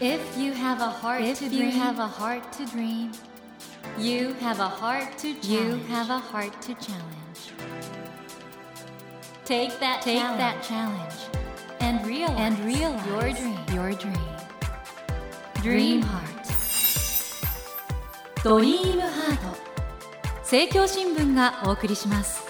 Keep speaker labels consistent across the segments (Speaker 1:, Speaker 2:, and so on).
Speaker 1: If you have a heart
Speaker 2: If
Speaker 1: to
Speaker 2: you
Speaker 1: dream,
Speaker 2: have a heart to dream,
Speaker 1: you have a heart to challenge.
Speaker 2: you have a heart to challenge.
Speaker 1: take that
Speaker 2: Take
Speaker 1: challenge
Speaker 2: that challenge
Speaker 1: and realize
Speaker 2: and realize
Speaker 1: your dream.
Speaker 2: Your dream.
Speaker 1: dream
Speaker 2: Dream
Speaker 1: heart.
Speaker 2: heart.
Speaker 1: ドリームハート政教新聞がお送りします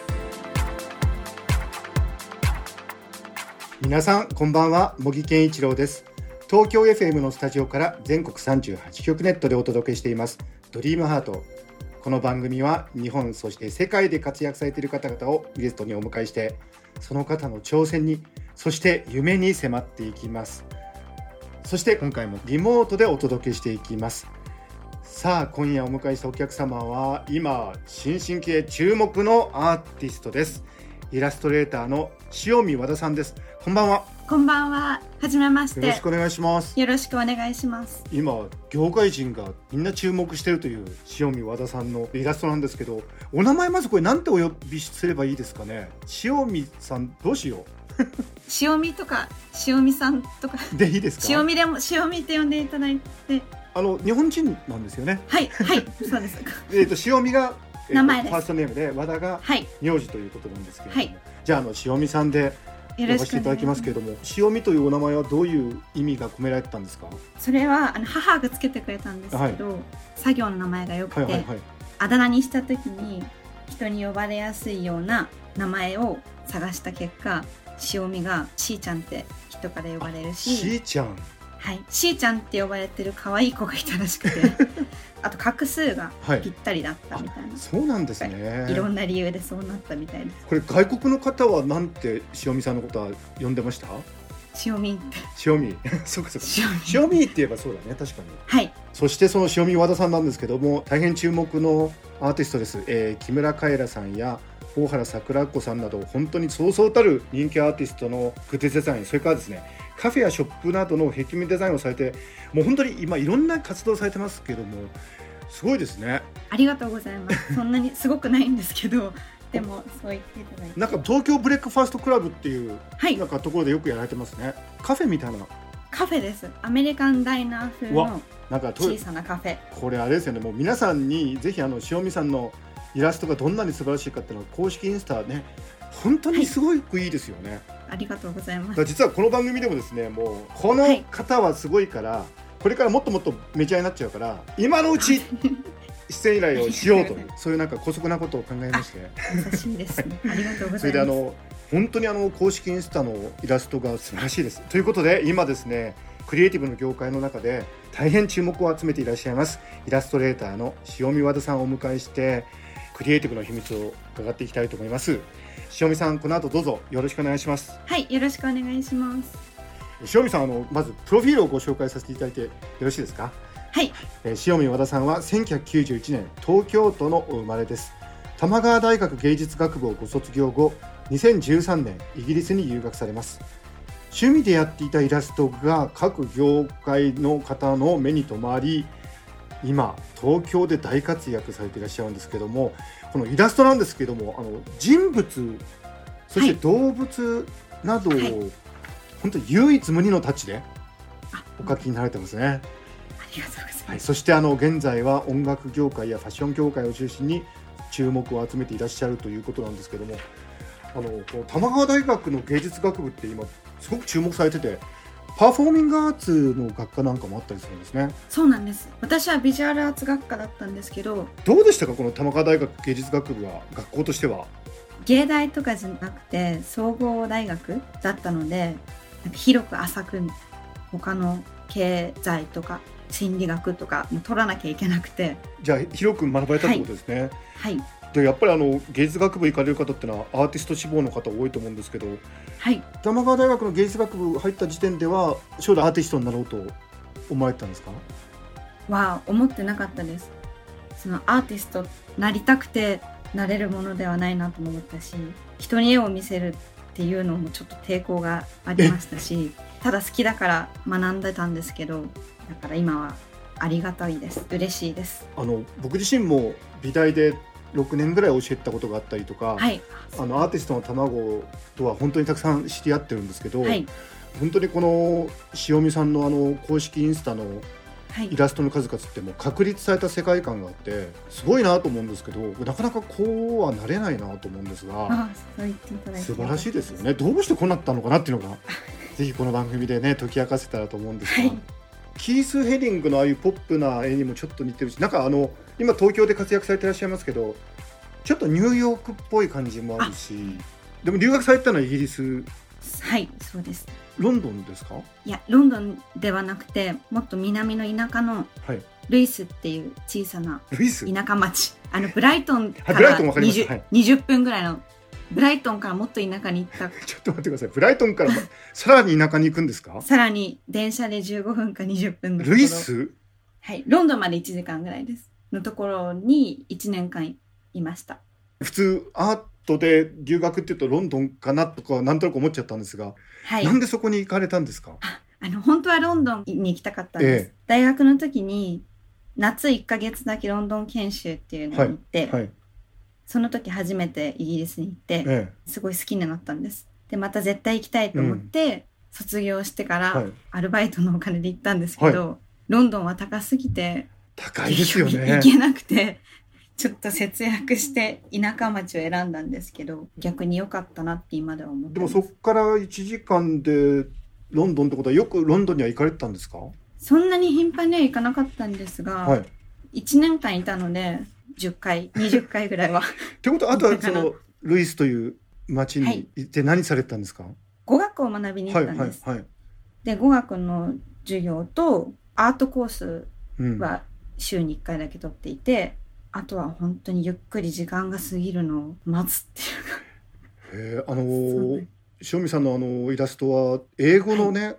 Speaker 3: 皆さんこんばんは茂木健一郎です東京 FM のスタジオから全国38局ネットでお届けしていますドリームハートこの番組は日本そして世界で活躍されている方々をゲストにお迎えしてその方の挑戦にそして夢に迫っていきますそして今回もリモートでお届けしていきますさあ今夜お迎えしたお客様は今新進気鋭注目のアーティストですイラストレーターの塩見和田さんですこんばんは
Speaker 4: こんばんは。はじめまし
Speaker 3: よろしてく。お願いします
Speaker 4: よろしくお願いします。
Speaker 3: 今業界人がみんな注目してるという塩見和田さんのイラストなんですけどお名前まずこれなんてお呼びすればいいですかね塩見さんどうしよ
Speaker 4: 塩見とか塩見さんと か
Speaker 3: うでいいですか
Speaker 4: 塩見でも塩見って呼んでいただいて、
Speaker 3: あの日本人なんですよね
Speaker 4: はいはいそう です。
Speaker 3: えっ、と塩見が、えーと
Speaker 4: 名前です
Speaker 3: ファーストネームで和田が
Speaker 4: はい
Speaker 3: 名字ということなんですけれども、
Speaker 4: はい
Speaker 3: じゃああの塩見さんで
Speaker 4: よ
Speaker 3: 呼
Speaker 4: ろ
Speaker 3: ば
Speaker 4: し
Speaker 3: せて
Speaker 4: く
Speaker 3: い
Speaker 4: お願い
Speaker 3: ただ
Speaker 4: し
Speaker 3: き
Speaker 4: ま
Speaker 3: ますすけれども塩見というお名前はどういう意味が込められてたんですか
Speaker 4: それはあの母がつけてくれたんですけど、作業の名前がよくて、
Speaker 3: はいはいはい
Speaker 4: あだ名にした時に人に呼ばれやすいような名前を探した結果、塩見がしーちゃんって人から呼ばれる
Speaker 3: しーちゃん
Speaker 4: はい、しーちゃんって呼ばれてる可愛い子がいたらし くてあと画数が
Speaker 3: はい
Speaker 4: ぴったりだったみたいな、
Speaker 3: そうなんですね
Speaker 4: い、ろんな理由でそうなったみたいで
Speaker 3: これ外国の方はなんて塩見さんのことは呼んでました
Speaker 4: す塩みって
Speaker 3: 塩見そうかそうか
Speaker 4: 塩見
Speaker 3: 塩見って言えばそうだね確かに
Speaker 4: はい
Speaker 3: そしてその塩見和田さんなんですけども大変注目のアーティストです、えー木村カエラさんや大原桜子さんなど本当にそうそうたる人気アーティストのグッズデザインそれからですねカフェやショップなどの壁面デザインをされてもう本当に今いろんな活動をされてますけどもすごいですね
Speaker 4: ありがとうございますそんなにすごくないんですけどでもそう言っていただいて
Speaker 3: なんか東京ブレックファーストクラブっていう
Speaker 4: はい
Speaker 3: なんかところでよくやられてますねカフェみたいな
Speaker 4: カフェですアメリカンダイナー風
Speaker 3: うわ
Speaker 4: の
Speaker 3: なんかトイレ
Speaker 4: 小さなカフェ
Speaker 3: これあれですよねもう皆さんにぜひあの塩見さんのイラストがどんなに素晴らしいかっていうのを公式インスタね本当にすごくいいですよね、
Speaker 4: ありがとうございま
Speaker 3: だ
Speaker 4: す
Speaker 3: から実はこの番組でもですねもうこの
Speaker 4: はい
Speaker 3: 方はすごいから、これからもっともっとメジャーになっちゃうから今の うち出演依頼をしようというそういうなんか姑息なことを考えまして
Speaker 4: 優しいですねありがとうご
Speaker 3: そ
Speaker 4: ざい
Speaker 3: れで
Speaker 4: ま
Speaker 3: あ
Speaker 4: す
Speaker 3: の本当にあの公式インスタのイラストが素晴らしいです。ということで今ですねクリエイティブの業界の中で大変注目を集めていらっしゃいますイラストレーターの塩見和田さんをお迎えしてクリエイティブの秘密を伺っていきたいと思います。塩見さんこの後どうぞよろしくお願いします。
Speaker 4: はいよろしくお願いします
Speaker 3: 塩見さんあのまずプロフィールをご紹介させていただいてよろしいですか。
Speaker 4: はい
Speaker 3: えー塩見和田さんは1991年東京都のお生まれです玉川大学芸術学部をご卒業後2013年イギリスに留学されます趣味でやっていたイラストが各業界の方の目に留まり今東京で大活躍されていらっしゃるんですけどもこのイラストなんですけどもあの人物そ
Speaker 4: は
Speaker 3: して
Speaker 4: い
Speaker 3: 動物などを、
Speaker 4: はい
Speaker 3: 本当に唯一無二のタッチで
Speaker 4: あ
Speaker 3: お書きになられてますね。
Speaker 4: ありがとうござい
Speaker 3: は
Speaker 4: ま
Speaker 3: い、
Speaker 4: す
Speaker 3: そしてあの現在は音楽業界やファッション業界を中心に注目を集めていらっしゃるということなんですけどもあのこの玉川大学の芸術学部って今すごく注目されててパフォーミングアーツの学科なんかもあったりするんですね
Speaker 4: そうなんです私はビジュアルアーツ学科だったんですけど
Speaker 3: どうでしたかこの玉川大学芸術学部は学校としては
Speaker 4: 芸大とかじゃなくて総合大学だったのでなんか広く浅く他の経済とか心理学とかも取らなきゃいけなくて
Speaker 3: じゃあ広く学ばれたってことですね、
Speaker 4: はい
Speaker 3: でやっぱりあの芸術学部行かれる方ってのはアーティスト志望の方多いと思うんですけど
Speaker 4: はい
Speaker 3: 玉川大学の芸術学部入った時点では将来アーティストになろうと思われてたんですか
Speaker 4: は思ってなかったですそのアーティストなりたくてなれるものではないなとも思ったし人に絵を見せるっていうのもちょっと抵抗がありましたしただ好きだから学んでたんですけどだから今はありがたいです嬉しいです
Speaker 3: あの僕自身も美大で6年ぐらい教えてたことがあったりとか、
Speaker 4: はい
Speaker 3: あのアーティストの卵とは本当にたくさん知り合ってるんですけど、
Speaker 4: はい
Speaker 3: 本当にこの塩見さんのあの公式インスタの
Speaker 4: はい
Speaker 3: イラストの数々ってもう確立された世界観があってすごいなと思うんですけどなかなかこうはなれないなと思うんですが
Speaker 4: あそう言っていただいて
Speaker 3: 素晴らしいですよねどうしてこうなったのかなっていう のがぜひこの番組でね解き明かせたらと思うんですが、
Speaker 4: はい
Speaker 3: キース・ヘリングのああいうポップな絵にもちょっと似てるしなんかあの今東京で活躍されていらっしゃいますけどちょっとニューヨークっぽい感じもあるしでも留学されてたのはイギリス
Speaker 4: はいそうです
Speaker 3: ロンドンですか
Speaker 4: いやロンドンではなくてもっと南の田舎の
Speaker 3: はい
Speaker 4: ルイスっていう小さな
Speaker 3: ルイス
Speaker 4: 田舎町あのブライトンか
Speaker 3: あブライ
Speaker 4: ら
Speaker 3: トンわかります
Speaker 4: 20,
Speaker 3: はい
Speaker 4: 20分ぐらいのブライトンからもっと田舎に行っ
Speaker 3: ちょっと待ってください。ブライトンからまさらに田舎に行くんですか
Speaker 4: た。さらに電車で15分か20分のところ
Speaker 3: ルイス
Speaker 4: はいロンドンまで1時間ぐらいですのところに1年間いました
Speaker 3: 普通アートで留学っていうとロンドンかなとかなんとなく思っちゃったんですが、
Speaker 4: はい
Speaker 3: なんでそこに行かれたんですか
Speaker 4: ああの本当はロンドンに行きたかったんです、
Speaker 3: え
Speaker 4: 大学の時に夏1ヶ月だけロンドン研修っていうのに行って、
Speaker 3: はい。
Speaker 4: その時初めてイギリスに行って、
Speaker 3: え
Speaker 4: すごい好きになったんですでまた絶対行きたいと思って、卒業してか
Speaker 3: え。は
Speaker 4: ら
Speaker 3: い。
Speaker 4: アルバイトのお金で行ったんですけど、ロンドンは高すぎて
Speaker 3: 高いですよね
Speaker 4: 行。けなくてちょっと節約して田舎町を選んだんですけど逆に良かったなって今では思って
Speaker 3: で
Speaker 4: ま
Speaker 3: も
Speaker 4: す
Speaker 3: そこから一時間でロンドンってことはよくロンドンには行かれてたんですか。は
Speaker 4: そんなに頻繁には行かなかったんですが、
Speaker 3: い。っ
Speaker 4: 1年間いたので10回20回ぐらいは
Speaker 3: てことはあと
Speaker 4: 行
Speaker 3: は
Speaker 4: った
Speaker 3: そ
Speaker 4: かな
Speaker 3: のルイスという町
Speaker 4: はい
Speaker 3: に行って何されてたんですか。は
Speaker 4: 語学を学び
Speaker 3: い
Speaker 4: に
Speaker 3: は
Speaker 4: 行
Speaker 3: い
Speaker 4: ったんです、
Speaker 3: はい。
Speaker 4: で語学の授業とアートコース
Speaker 3: うん。
Speaker 4: は週に1回だけ取っていて、あとは本当にゆっくり時間が過ぎるのを待つっていうか
Speaker 3: へえあの
Speaker 4: そう
Speaker 3: ー
Speaker 4: ね、
Speaker 3: 塩見さんのあのイラストは英語のね、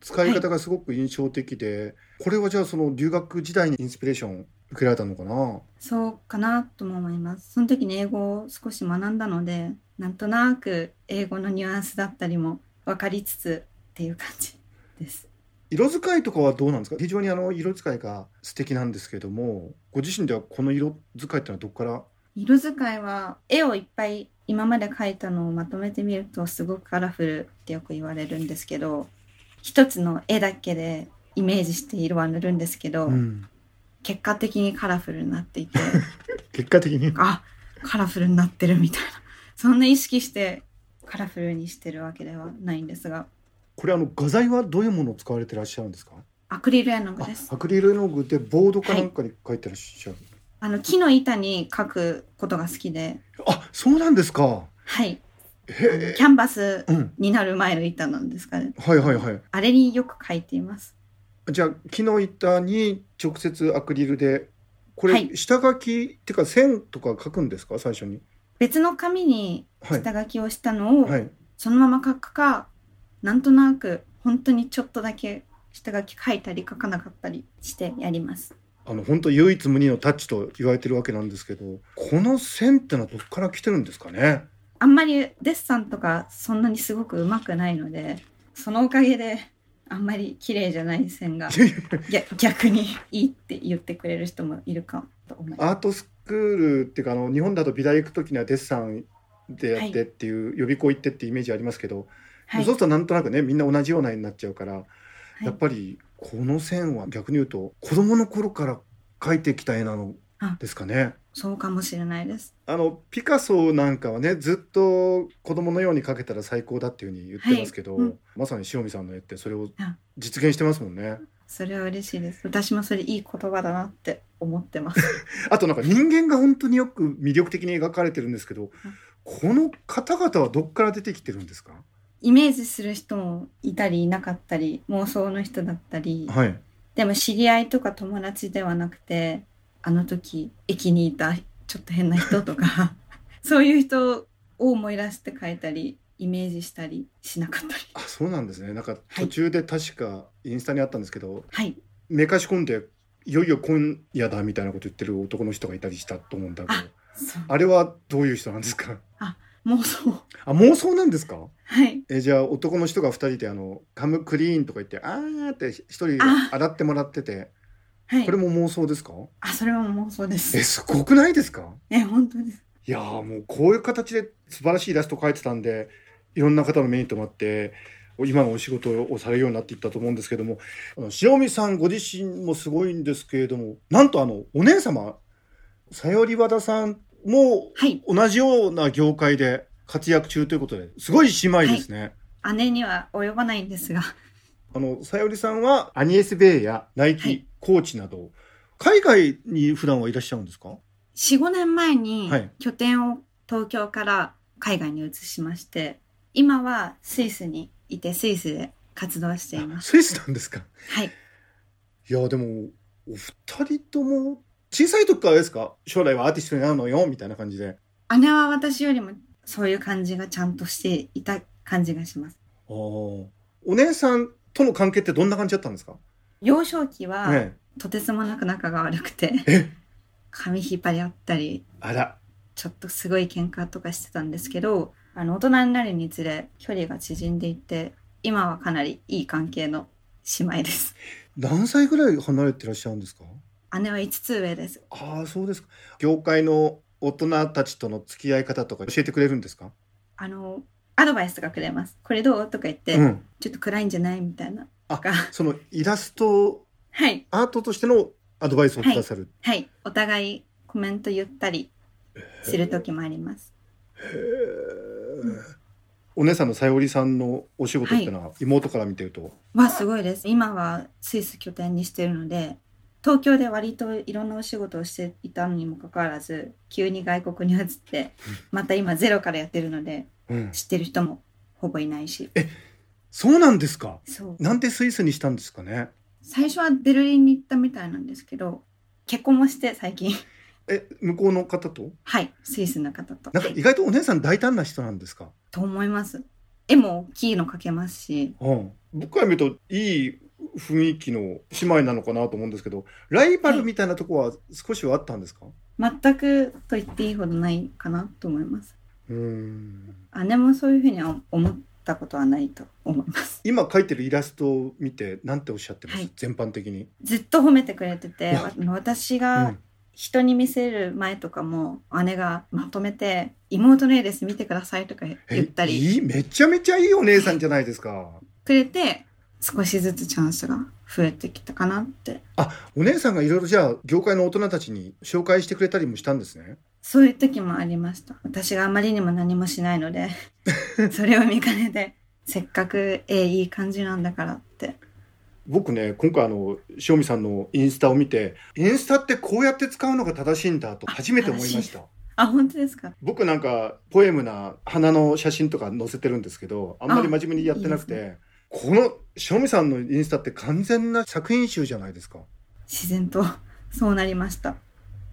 Speaker 3: 使い方がすごく印象的で、これはじゃあその留学時代にインスピレーション受けられたのかな
Speaker 4: そうかなとも思いますその時に英語を少し学んだのでなんとなく英語のニュアンスだったりも分かりつつっていう感じです
Speaker 3: 色使いとかはどうなんですか非常にあの色使いが素敵なんですけどもご自身ではこの色使いってのはどこから
Speaker 4: 色使いは絵をいっぱい今まで描いたのをまとめてみるとすごくカラフルってよく言われるんですけど一つの絵だけでイメージして色は塗るんですけど、
Speaker 3: うん
Speaker 4: 結果的にカラフルになっていて
Speaker 3: 結果的に
Speaker 4: あカラフルになってるみたいなそんな意識してカラフルにしてるわけではないんですが
Speaker 3: これあの画材はどういうものを使われてらっしゃるんですか
Speaker 4: アクリル絵の具
Speaker 3: あ
Speaker 4: です
Speaker 3: アクリル絵の具でボードかなんかに描いてらっしゃる、
Speaker 4: あの木の板に描くことが好きで
Speaker 3: あそうなんですか
Speaker 4: はい
Speaker 3: へえ
Speaker 4: キャンバス
Speaker 3: うん
Speaker 4: になる前の板なんですかね
Speaker 3: はいはいはい
Speaker 4: あれによく描いています
Speaker 3: じゃあ木の板に直接アクリルでこ
Speaker 4: は
Speaker 3: れ
Speaker 4: い
Speaker 3: 下書き、っていうか線とか書くんですか最初に
Speaker 4: 別の紙に
Speaker 3: はい
Speaker 4: 下書きをしたのを
Speaker 3: はい
Speaker 4: そのまま書くか、なんとなく本当にちょっとだけ下書き書いたり書かなかったりしてやります
Speaker 3: あの本当唯一無二のタッチと言われてるわけなんですけどこの線ってのはどこから来てるんですかね
Speaker 4: あんまりデッサンとかそんなにすごくうまくないのでそのおかげであんまり綺麗じゃない線が逆逆にいいって言ってくれる人もいるかと思います
Speaker 3: アートスクールっていうかあの日本だと美大行く時にはデッサンでやってっていう、予備校行ってってイメージありますけど、
Speaker 4: はい
Speaker 3: そうするとなんとなくねみんな同じような絵になっちゃうから、
Speaker 4: い
Speaker 3: やっぱりこの線は逆に言うと子供の頃から描いてきた絵なのですかね。
Speaker 4: そうかもしれないです
Speaker 3: あのピカソなんかはねずっと子供のように描けたら最高だっていうふうに言ってますけど、
Speaker 4: はいうん
Speaker 3: まさに塩見さんの絵ってそれを
Speaker 4: あ
Speaker 3: 実現してますもんね
Speaker 4: それは嬉しいです私もそれいい言葉だなって思ってます
Speaker 3: あとなんか人間が本当によく魅力的に描かれてるんですけど、この方々はどっから出てきてるんですか
Speaker 4: イメージする人もいたりいなかったり妄想の人だったり
Speaker 3: はい
Speaker 4: でも知り合いとか友達ではなくてあの時駅にいたちょっと変な人とか そういう人を思い出して書いたりイメージしたりしなかったり
Speaker 3: あそうなんですねなんか
Speaker 4: はい
Speaker 3: 途中で確かインスタにあったんですけど、
Speaker 4: はい
Speaker 3: めかし込んでいよいよ今夜だみたいなこと言ってる男の人がいたりしたと思うんだけど
Speaker 4: そう
Speaker 3: あれはどういう人なんですか
Speaker 4: 妄想
Speaker 3: あ妄想なんですか
Speaker 4: はい
Speaker 3: えじゃあ男の人が2人であのカムクリーンとか言ってあーって1人
Speaker 4: あ
Speaker 3: 洗ってもらってて
Speaker 4: はい
Speaker 3: これも妄想ですか
Speaker 4: あそれは妄想で
Speaker 3: え
Speaker 4: す
Speaker 3: すごくないですか
Speaker 4: え本当です
Speaker 3: いやーもうこういう形で素晴らしいイラスト描いてたんでいろんな方の目に留まって今のお仕事をされるようになっていったと思うんですけどもあの塩見さんご自身もすごいんですけれどもなんとあのお姉様さより和田さんも
Speaker 4: はい
Speaker 3: 同じような業界で活躍中ということですごい姉妹ですね。
Speaker 4: 姉には及ばないんですが
Speaker 3: あのさよりさんはアニエス・ベイやナイキ、
Speaker 4: はい
Speaker 3: コーチなど海外に普段はいらっしゃるんですか
Speaker 4: 45年前に
Speaker 3: はい
Speaker 4: 拠点を東京から海外に移しまして今はスイスにいてスイスで活動しています
Speaker 3: スイスなんですか
Speaker 4: はい
Speaker 3: いやでもお二人とも小さい時からあれですか将来はアーティストになるのよみたいな感じで
Speaker 4: 姉は私よりもそういう感じがちゃんとしていた感じがします
Speaker 3: あーお姉さんとの関係ってどんな感じだったんですか、
Speaker 4: 幼少期は、
Speaker 3: ね
Speaker 4: とてつもなく仲が悪くて
Speaker 3: え
Speaker 4: 髪引っ張り合ったり
Speaker 3: あら
Speaker 4: ちょっとすごい喧嘩とかしてたんですけどあの大人になるにつれ距離が縮んでいって今はかなりいい関係の姉妹です
Speaker 3: 何歳ぐらい離れてらっしゃるんですか
Speaker 4: 姉は5つ上です
Speaker 3: ああそうですか業界の大人たちとの付き合い方とか教えてくれるんですか
Speaker 4: あのアドバイスとかくれますこれどうとか言って、
Speaker 3: うん
Speaker 4: ちょっと暗いんじゃないみたいな
Speaker 3: あ
Speaker 4: とか
Speaker 3: そのイラスト
Speaker 4: はい
Speaker 3: アートとしてのアドバイスをくださる、
Speaker 4: はいお互いコメント言ったりする時もあります
Speaker 3: へーお姉さんのさよりさんのお仕事ってのは妹から見てると、
Speaker 4: わすごいです今はスイス拠点にしてるので東京で割といろんなお仕事をしていたのにもかかわらず急に外国に移ってまた今ゼロからやってるので
Speaker 3: うん、
Speaker 4: 知ってる人もほぼいないし
Speaker 3: そうなんですか
Speaker 4: そう
Speaker 3: なんでスイスにしたんですかね
Speaker 4: 最初はベルリンに行ったみたいなんですけど結婚もして最近
Speaker 3: え向こうの方と
Speaker 4: はいスイスの方と
Speaker 3: なんか意外とお姉さん大胆な人なんですか、
Speaker 4: と思います絵も大きいの描けますし
Speaker 3: うん、僕から見るといい雰囲気の姉妹なのかなと思うんですけどライバルみたいなとこは少しはあったんですか、
Speaker 4: 全くと言っていいほどないかなと思います
Speaker 3: うーん
Speaker 4: 姉もそういうふうには思ったことはないと思います
Speaker 3: 今描いてるイラストを見てなんておっしゃってます、
Speaker 4: はい
Speaker 3: 全般的に、
Speaker 4: ずっと褒めてくれてて
Speaker 3: わ
Speaker 4: あの私
Speaker 3: う
Speaker 4: が
Speaker 3: ん
Speaker 4: 人に見せる前とかも姉がまとめて「妹の絵です見てください」とか
Speaker 3: え
Speaker 4: 言ったり
Speaker 3: いいめちゃめちゃいいお姉さんじゃないですか
Speaker 4: くれて少しずつチャンスが増えてきたかなって
Speaker 3: お姉さんがいろいろじゃあ業界の大人たちに紹介してくれたりもしたんですね
Speaker 4: そういう時もありました私があまりにも何もしないの でそれを見かねてせっかく絵いい感じなんだからって
Speaker 3: 僕ね今回あの塩見さんのインスタを見てインスタってこうやって使うのが正しいんだと初めて思いました
Speaker 4: あ本当ですか
Speaker 3: 僕なんかポエムな花の写真とか載せてるんですけどあんまり
Speaker 4: あ
Speaker 3: 真面目にやってなくて
Speaker 4: いい
Speaker 3: この塩見さんのインスタって完全な作品集じゃないですか
Speaker 4: 自然とそうなりました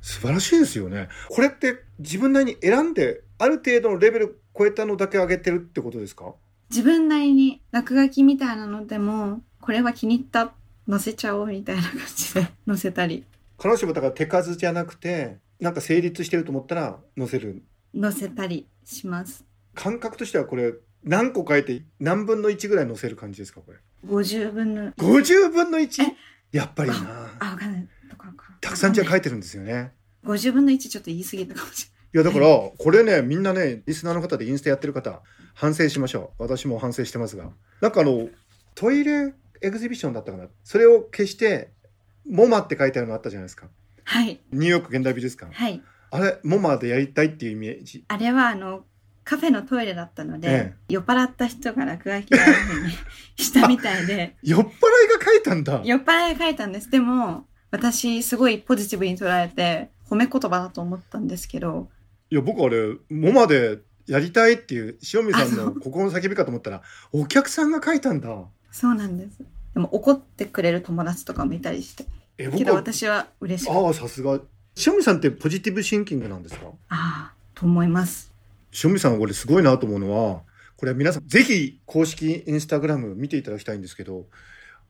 Speaker 3: 素晴らしいですよねこれって自分なりに選んである程度のレベル超えたのだけ上げてるってことですか
Speaker 4: 自分なりに落書きみたいなのでもこれは気に入った載せちゃおうみたいな感じで 載せたり
Speaker 3: 彼女もだから手数じゃなくてなんか成立してると思ったら載せる
Speaker 4: 載せたりします
Speaker 3: 感覚としてはこれ何個書いて何分の1ぐらい載せる感じですかこれ
Speaker 4: 50分の
Speaker 3: 50分の 1?
Speaker 4: え
Speaker 3: やっぱりな
Speaker 4: あわかんないとかか
Speaker 3: たくさんじゃあ書
Speaker 4: い
Speaker 3: いてるんですよね
Speaker 4: 50分の1ちょっと言い過ぎたかもし
Speaker 3: いやだからこれねみんなねリスナーの方でインスタやってる方反省しましょう私も反省してますがなんかあのトイレエグゼビションだったかなそれを消して「モマ」って書いてあるのあったじゃないですか
Speaker 4: れないはい
Speaker 3: ニューヨーク現代美術館
Speaker 4: はい
Speaker 3: あれモマでやりたいっていうイメージ
Speaker 4: あれはあのカフェのトイレだったので、
Speaker 3: え
Speaker 4: 酔っ払った人が落書きをああいうふうにしたみたいで
Speaker 3: 酔っ払いが書いたんだ
Speaker 4: 酔っ払いが書いたんですでも私すごいポジティブに捉えて褒め言葉だと思ったんですけど
Speaker 3: いや僕あれモマでやりたいっていう塩見さん
Speaker 4: あ
Speaker 3: の心の叫びかと思ったらお客さんが書いたんだ
Speaker 4: そうなんですでも怒ってくれる友達とかもいたりして
Speaker 3: え
Speaker 4: け
Speaker 3: 僕
Speaker 4: ど
Speaker 3: は
Speaker 4: 私は嬉しかった
Speaker 3: ああさすが塩見さんってポジティブシンキングなんですか
Speaker 4: ああと思います
Speaker 3: 塩見さん俺すごいなと思うのはこれは皆さんぜひ公式インスタグラム見ていただきたいんですけど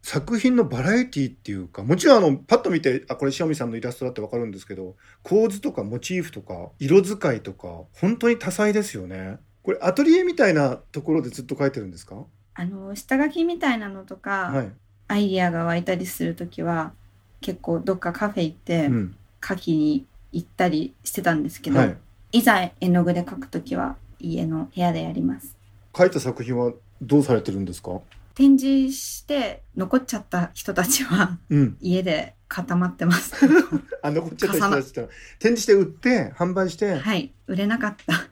Speaker 3: 作品のバラエティっていうかもちろんあのパッと見てあこれ塩見さんのイラストだってわかるんですけど構図とかモチーフとか色使いとか本当に多彩ですよねこれアトリエみたいなところでずっと描いてるんですか
Speaker 4: あの下書きみたいなのとか、
Speaker 3: はい、
Speaker 4: アイディアが湧いたりするときは結構どっかカフェ行って
Speaker 3: うん
Speaker 4: 書きに行ったりしてたんですけど、
Speaker 3: はい、
Speaker 4: いざ絵の具で描くときは家の部屋でやります。
Speaker 3: 描いた作品はどうされてるんですか
Speaker 4: 展示して残っちゃった人たちは
Speaker 3: うん。
Speaker 4: 家で固まってます。
Speaker 3: あ、残っちゃった人たちと。展示して売って、販売して。
Speaker 4: はい、売れなか った。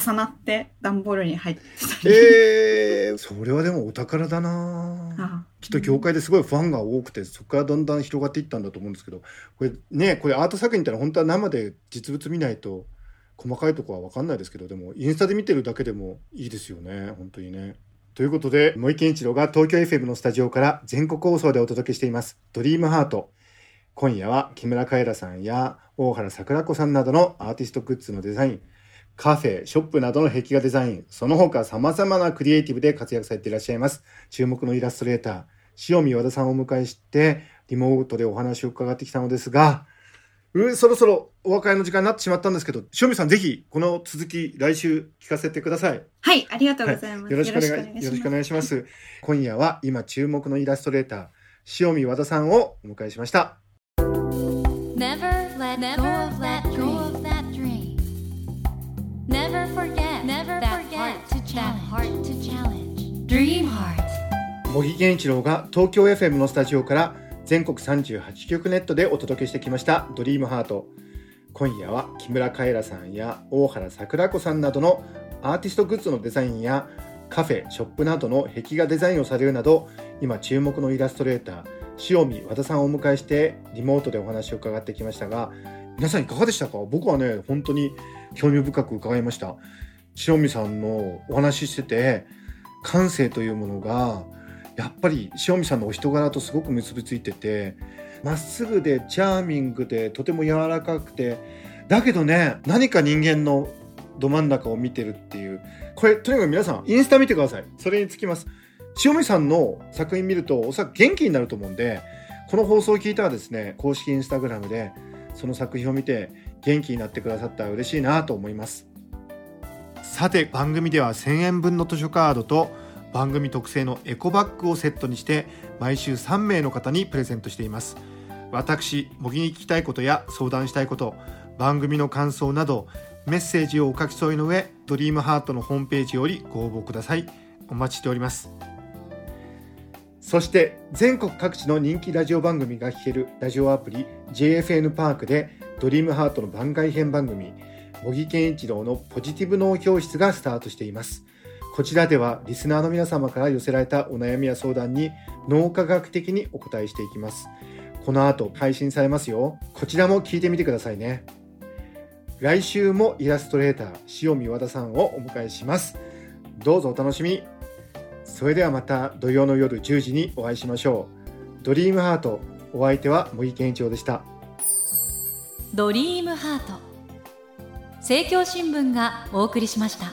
Speaker 4: 重なって段ボールに入ってたり。
Speaker 3: えー、それはでもお宝だな
Speaker 4: あ
Speaker 3: きっと業界ですごいファンが多くてそこからだんだん広がっていったんだと思うんですけどこれねこれアート作品ってのは本当は生で実物見ないと細かいとこは分かんないですけどでもインスタで見てるだけでもいいですよね本当にね。ということで森健一郎が東京 FM のスタジオから全国放送でお届けしています「ドリームハート今夜は木村カエラさんや大原桜子さんなどのアーティストグッズのデザインカフェ、ショップなどの壁画デザイン、その他様々なクリエイティブで活躍されていらっしゃいます。注目のイラストレーター、塩見和田さんをお迎えして、リモートでお話を伺ってきたのですが、うんそろそろお別れの時間になってしまったんですけど、塩見さんぜひこの続き来週聞かせてください。
Speaker 4: はい、ありがとうございます。
Speaker 3: よろしくお願いよろしくお願いします。今夜は今注目のイラストレーター、塩見和田さんをお迎えしました。
Speaker 2: Never let
Speaker 1: Never
Speaker 2: go of that
Speaker 1: let go
Speaker 2: dream.
Speaker 1: of
Speaker 2: Never forget.
Speaker 1: Never
Speaker 2: that
Speaker 1: forget
Speaker 2: heart to challenge.
Speaker 1: that heart
Speaker 2: to challenge. Dream
Speaker 1: Dream
Speaker 2: heart.
Speaker 3: 茂木健一郎が東京 FM のスタジオから全国38局ネットでお届けしてきました「ドリームハート今夜は木村カエラさんや大原桜子さんなどのアーティストグッズのデザインやカフェショップなどの壁画デザインをされるなど今注目のイラストレーター塩見和田さんをお迎えしてリモートでお話を伺ってきましたが皆さんいかがでしたか僕はね本当に興味深く伺いました塩見さんのお話ししてて感性というものがやっぱり塩見さんのお人柄とすごく結びついててまっすぐでチャーミングでとても柔らかくてだけどね何か人間のど真ん中を見てるっていうこれとにかく皆さんインスタ見てくださいそれにつきます塩見さんの作品見るとおそらく元気になると思うんでこの放送を聞いたらですね公式インスタグラムでその作品を見て元気になってくださったら嬉しいなと思いますさて番組では1000円分の図書カードと番組特製のエコバッグをセットにして毎週3名の方にプレゼントしています私茂木に聞きたいことや相談したいこと番組の感想などメッセージをお書き添えの上ドリームハートのホームページよりご応募くださいお待ちしておりますそして全国各地の人気ラジオ番組が聴けるラジオアプリ JFN パークでドリームハートの番外編番組茂木健一郎のポジティブ脳教室がスタートしていますこちらではリスナーの皆様から寄せられたお悩みや相談に脳科学的にお答えしていきます。この後配信されますよ。こちらも聞いてみてくださいね。来週もイラストレーター塩見和田さんをお迎えします。どうぞお楽しみに。それではまた土曜の夜10時にお会いしましょう。ドリームハート、お相手は茂木健一郎でした。
Speaker 1: ドリームハート政教新聞がお送りしました。